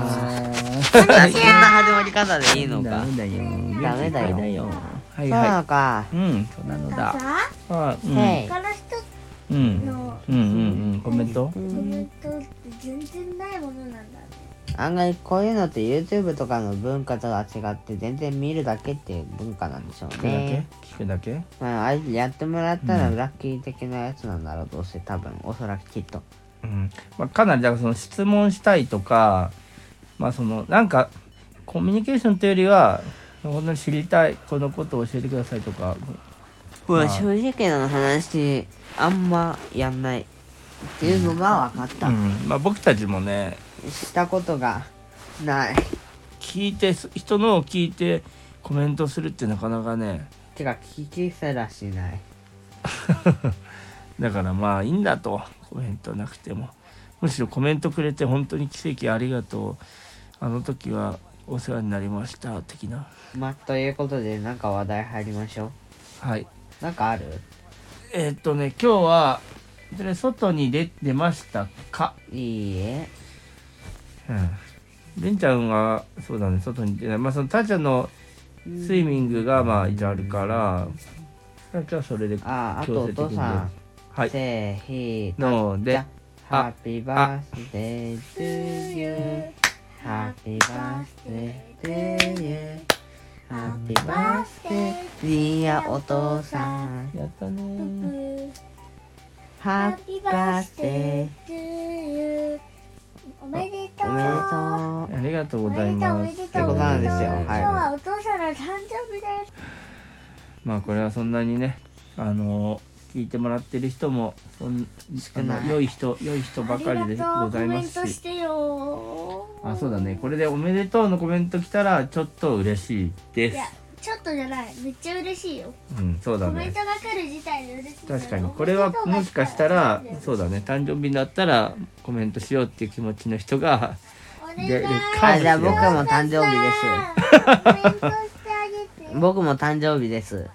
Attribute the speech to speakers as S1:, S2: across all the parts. S1: こんにちは。
S2: そんな始まり方でいいの
S3: ダ
S2: か
S3: メだよ。
S2: ダ
S3: 元気い
S2: メだよ
S3: っぱいだよ。は
S2: そう
S3: い
S2: な
S3: は
S2: のか
S3: い。うん、そうなのだ。
S1: さ
S3: あ、うん、
S2: はい
S1: この人
S3: うん、
S1: の
S3: うん、うん、うん、コメント。
S1: コメントって全然ないものなんだね。
S2: 案外こういうのって YouTube とかの文化とは違って全然見るだけっていう文化なんでしょ
S3: 聞
S2: う
S3: くだけ
S2: ね、
S3: 聞くだけ。
S2: まあ、あやってもらったら
S3: うん
S2: ラッキー的なやつなんだろうどうせ多分おそらくきっと
S3: うん、まあ、かなりだからその質問したいとか。まあ、その、なんか。コミュニケーションというよりは。本当に知りたい、このことを教えてくださいとか。
S2: ま
S3: ま
S2: あ
S3: あ
S2: 正直な話あんまやんないっていうのが分かった、
S3: うん、まあ、僕たちもね。
S2: したことがない
S3: 聞いて、人のを聞いて。コメントするってなかなかね。
S2: てか聞きすらしない
S3: だからまあいいんだとコメントなくてもむしろコメントくれて本当に奇跡ありがとうあの時はお世話になりました的な
S2: まあということでなんか話題入りましょ
S3: はい
S2: うなんかある
S3: えーっとね今日はそれ外に出出ましたか
S2: いいえ
S3: うんベンちゃんはそうだね外に出ないまあそのタチャのスイミングがまあ一応あるからタチャはそれで
S2: あああと
S3: 強
S2: お
S3: 制的
S2: 父
S3: に
S2: さん
S3: はい
S2: せーひー
S3: ので
S2: ハッピーバースデー to you ハッピーバースデー to you ハッピーバースデー dear お父さん
S3: やったね
S1: プ
S3: ー
S1: ー
S2: ハッピーバースデー
S1: トゥーユーおめでとう
S2: おめでとう
S3: ありがとう
S1: お
S3: ござい
S1: めでとう
S3: ま
S1: おめ
S3: す
S1: でとう
S2: ってことなんですよ
S1: おめでとう
S2: はい
S1: 今日はお父さんの誕生日だよ
S3: まあこれはそんなにねあの聞いてもらってる人もそん
S2: 少ない
S3: あの良い人良い人ばかりで
S1: あ
S3: ご
S1: りがとう
S3: ざいま
S1: コメント
S3: すし
S1: してよ
S3: あそうだねこれで「おめでとう」のコメント来たらちょっと嬉しいで
S1: い
S3: す
S1: やちょっとじゃないめっちゃ嬉しいよ
S3: うんそう
S1: コ
S3: だ
S1: メン
S3: ね
S1: トが来る自体で嬉しいんだよ
S3: 確かにこれはもしかしたらそうだね誕生日だったらコメントしようっていう気持ちの人が
S1: お願い
S3: でで
S2: あ
S3: か
S2: じゃあ
S3: も
S2: 僕
S3: しれない
S2: も誕生日です
S1: コメントしてあげて
S2: 僕も誕生日です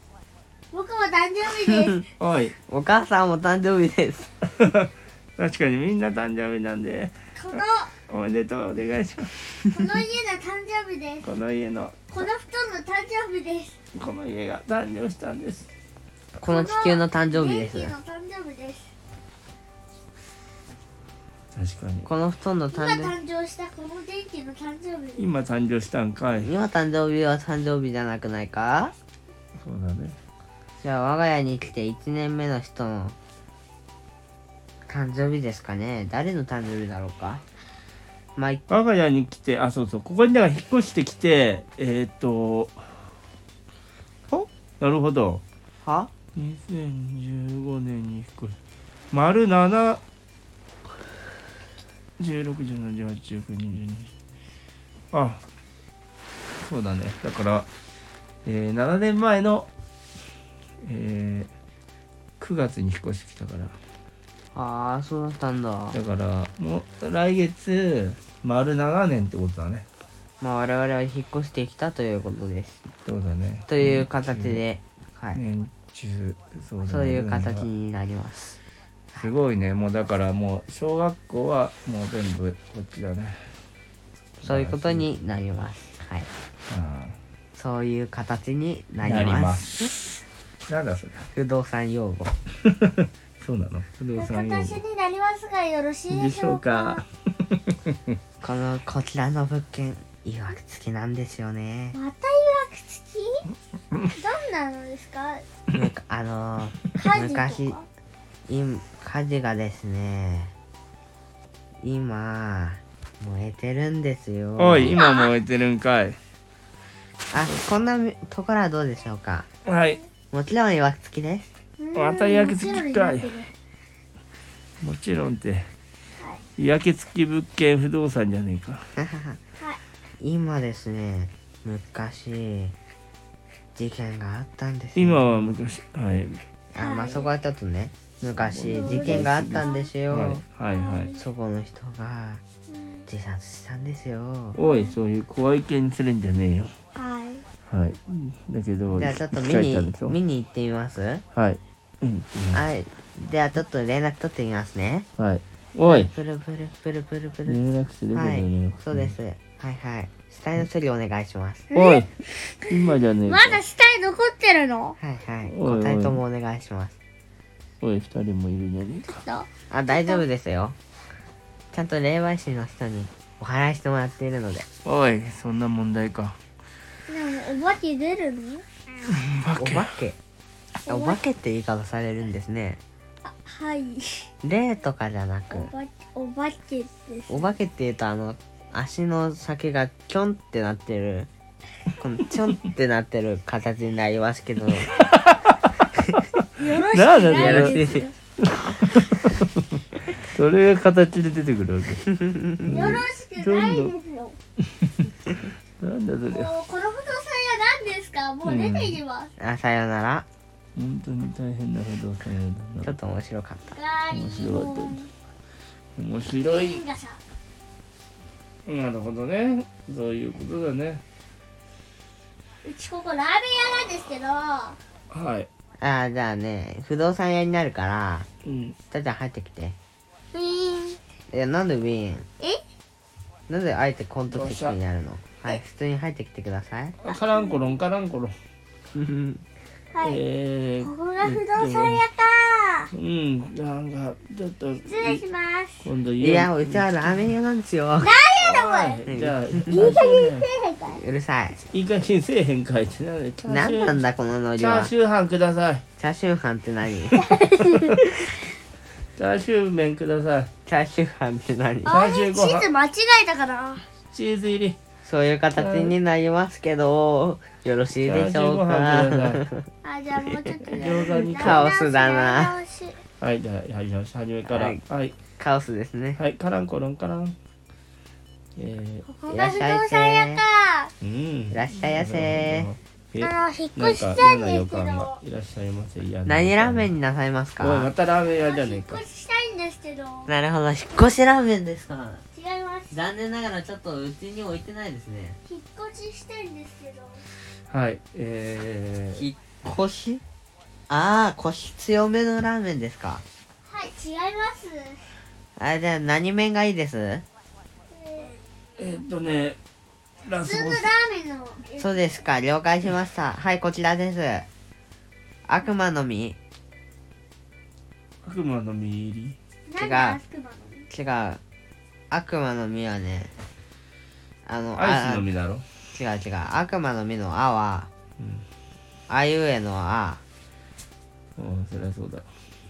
S1: 僕も誕生日です
S3: おい
S2: お母さんも誕生日です
S3: 確かにみんな誕生日なんで
S1: このこ
S3: おめでとうお願いします
S1: の家の誕生日です
S3: この家の
S1: この布団の誕生日です
S3: この家が誕生したんです
S2: この地球の誕生日です
S1: 電気の誕生日です
S3: 確かに
S2: この布団の
S1: 今
S2: 誕生日
S1: 誕生したこの電気の誕生日です
S3: 今誕生したんかい
S2: 今誕生日は誕生日じゃなくないか
S3: そうだね
S2: じゃあ我が家に来て1年目の人の誕生日ですかね誰の誕生日だろうかまあい
S3: 我が家に来てあそうそうここにだから引っ越してきてえーっとおなるほど
S2: は
S3: 2015年に引っ越し丸7 16、17、18、19、22あそうだねだから、えー7年前の、えー9月に引っ越してきたから
S2: ああそうだったんだ
S3: だからもう来月丸7年ってことだね
S2: まあ我々は引っ越してきたということです
S3: そうだね
S2: という形ではい
S3: 年中そうだね
S2: そういう形になります
S3: すごいねもうだからもう小学校はもう全部こっちだね
S2: そういうことになりますはいそういう形に
S3: う
S2: なんります
S3: すなんだそれ
S2: 不動産用語
S3: そうなの不動産用
S1: 私
S3: 語
S1: になりますがよろしい
S3: で
S1: で
S3: し
S1: し
S3: ょ
S1: ょ
S3: う
S1: う
S3: か
S1: か
S2: このこちらの物件いわくつきなんですよね
S1: またいわくつきどんなのですか
S2: なんかあの
S1: 家
S2: ー、
S1: 事
S2: 昔
S1: とか
S2: 今火事がですね今燃えてるんですよ
S3: おい今燃えてるんかい
S2: あこんなところはどうでしょうか
S3: はい
S2: もちろんいわくつきです
S3: またいわくつきかい
S1: うんもちろん
S3: もちろ
S1: になってる
S3: んって嫌気付き物件不動産じゃねえか
S1: はい
S2: 今ですね昔事件があったんですよ
S3: 今は昔はい
S2: あまあそこはちょっとね昔事件があったんですよ、
S3: はいはいはい
S2: そこの人が
S1: うん
S2: 自殺したんですよ
S3: おいそういう怖い系にするんじゃねえよ
S1: はい
S3: はいだけど
S2: じゃあちょっと見
S3: 生き返たん
S2: に
S3: でしょ
S2: 見に行ってみます
S3: はいうん
S2: はいではちょっと連絡取ってみますね
S3: はいおい
S2: プルプルプルプルプル
S3: 連絡するけど
S2: はい
S3: 連絡する
S2: そうですはいはい死体の処理お願いします。
S3: おい今じゃねえか
S1: まだ死体残ってるの
S2: はいはい。
S3: おいおい
S2: 答えともお願いします。
S3: おい二人もいるじゃねえか
S1: ちょっ
S2: あ、大丈夫ですよ。ちゃんと霊媒師の人にお祓いしてもらっているので。
S3: おいそんな問題か
S1: とでもお化け出るの
S3: バ
S2: お
S3: ケ
S2: 化け。お化けって言い方されるんですね。
S1: あはい
S2: 霊とかじゃなく
S1: お。ばお化けです
S2: お化けって言うとあの足の先がキョンってなってるこのチョンってなってる形になります け
S1: よ
S2: ど
S1: ろしく
S3: なんだ
S1: ないです
S2: よ
S1: よ
S2: ろ
S3: それが形で出てくるわけ
S1: よろしくないですよ
S3: なんだそれ
S1: もうこの不動産屋何ですかもう出ていきます、
S2: あさよなら
S3: 本当に大変な不動産屋
S2: ちょ
S3: だな
S2: っと面白かった
S1: ガリ
S3: 面白かった面白い
S1: ガシャ
S3: なるほどねそういうことだね
S1: うちここラーメン屋なんですけど
S3: はい
S2: あじゃあね不動産屋になるから
S3: うん
S2: ちゃちゃん入ってきて
S1: ウィーン
S2: いやなんでウィーン
S1: え
S2: なんであえてコント的になるのはい普通に入ってきてください
S3: あカランコロンカランコロン
S1: はい、
S3: えー
S1: ここが不動産屋か
S3: うんなんかちょっと
S1: 失礼します
S3: 今度
S2: いやう
S3: ち
S2: ちはラーメン屋なんですよ
S3: じゃあ
S1: いい加減せえへんかいう
S2: るさい
S3: いい加減せえへんかいってなんでチャーシ
S2: 何
S3: ュー
S2: なんだこのノリ
S3: チャ
S2: は
S3: ー
S2: チ
S3: シュー飯ください
S2: ャーシュー飯って何
S3: チャーシュー麺ください
S2: チャーシュー飯って何
S1: あれ
S3: 35
S1: 地図間違えたかな
S3: チーズ入り
S2: そういう形になりますけど、よろしいでしょう
S3: チャーシューご飯くだ
S2: か。
S1: あじゃあもうちょっと
S3: 餃子に
S2: カオスだな
S1: 直し直し
S3: はいじゃあやり直し始めから
S2: は
S3: はいいはい、
S2: カオスですね。
S3: カランコロンカランえ
S1: ここが不動産屋か
S3: ー、うん
S2: いらっしゃいませ
S3: え
S1: あの引っ
S3: なん
S1: 越しち
S3: か
S1: ゃう
S3: 嫌
S1: ん
S3: な
S1: で
S3: 予
S1: すけ
S3: 感が
S1: ど
S3: いらっしゃいませ嫌な
S2: 何
S3: 予
S2: ラー
S3: 感
S2: メンになさいます
S3: おいま
S2: か。
S3: たラーメン屋じゃ
S1: 引
S3: ね
S1: っ
S3: えか
S1: 越ししたいんですけど
S2: なるほど、引っ越しラーメンですか。
S1: 違います
S2: 残念ながら、ちょっとうちに置いてないですね。
S1: 引っ越ししたいんですけど
S3: はいえー、
S2: 引っ越し。ああ、腰強めのラーメンですか。
S1: はい違います、
S2: あ、じゃあ、何麺がいいです。
S1: え
S3: えーっとねラ
S1: ー、普
S3: ス
S1: 通
S3: ボ
S1: のラ
S3: ス
S1: ーメンのえ
S2: そうですか、了解しました。はい、こちらです。悪魔の実。
S3: 悪魔の実入り
S1: なんでアスクマの
S2: 違う。悪魔の実はね。あの、
S3: アイス
S2: あ
S3: の実だろ
S2: 違う違う悪魔の実の「あ」は
S3: うん
S2: 「あいうえ」の「あ
S3: うんそりゃそうだ」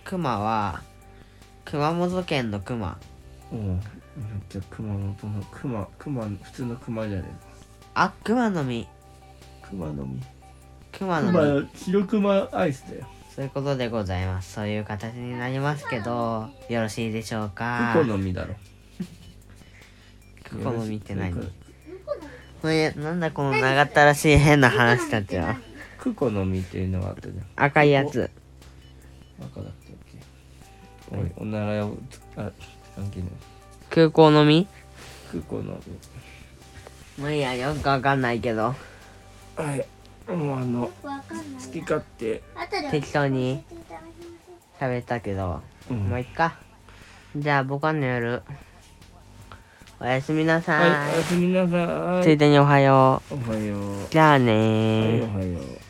S2: 熊は熊本県の熊
S3: うんめっちゃ熊本の熊熊普通の熊じゃね
S2: あ熊の実
S3: えか熊の実
S2: 熊の
S3: 熊
S2: 実
S3: の白熊アイスだよ
S2: そういうことでございますそういう形になりますけどよろしいでしょうか
S3: クコの実だろ
S2: クコの実って何
S1: 向こうの
S2: これなんだこの長ったらしい変な話たちは
S3: クコの実っていうのがあったじゃ
S2: 赤いやつ
S3: ん赤だったっけおいおならをつあ関係ない
S2: 空港の実
S3: クコの実
S2: もういいやよくわかんないけど
S3: はいもうあの
S1: よくわかんない
S3: 好き勝手
S1: 後で
S2: 適当に
S1: 教えていただきます
S2: 喋ったけど
S3: うん
S2: もういっかじゃあ僕は寝るおやすみなさ
S3: はいおやすみなさ
S2: いつい
S3: い
S2: でにおはよう
S3: おはよう
S2: じゃあね
S3: はい
S2: ー
S3: おはよう